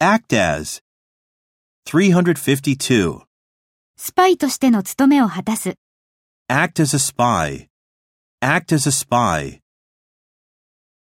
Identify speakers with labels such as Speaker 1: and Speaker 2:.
Speaker 1: Act as. 352.
Speaker 2: スパイとしての務めを果たす。
Speaker 1: Act as a spy. Act as a spy.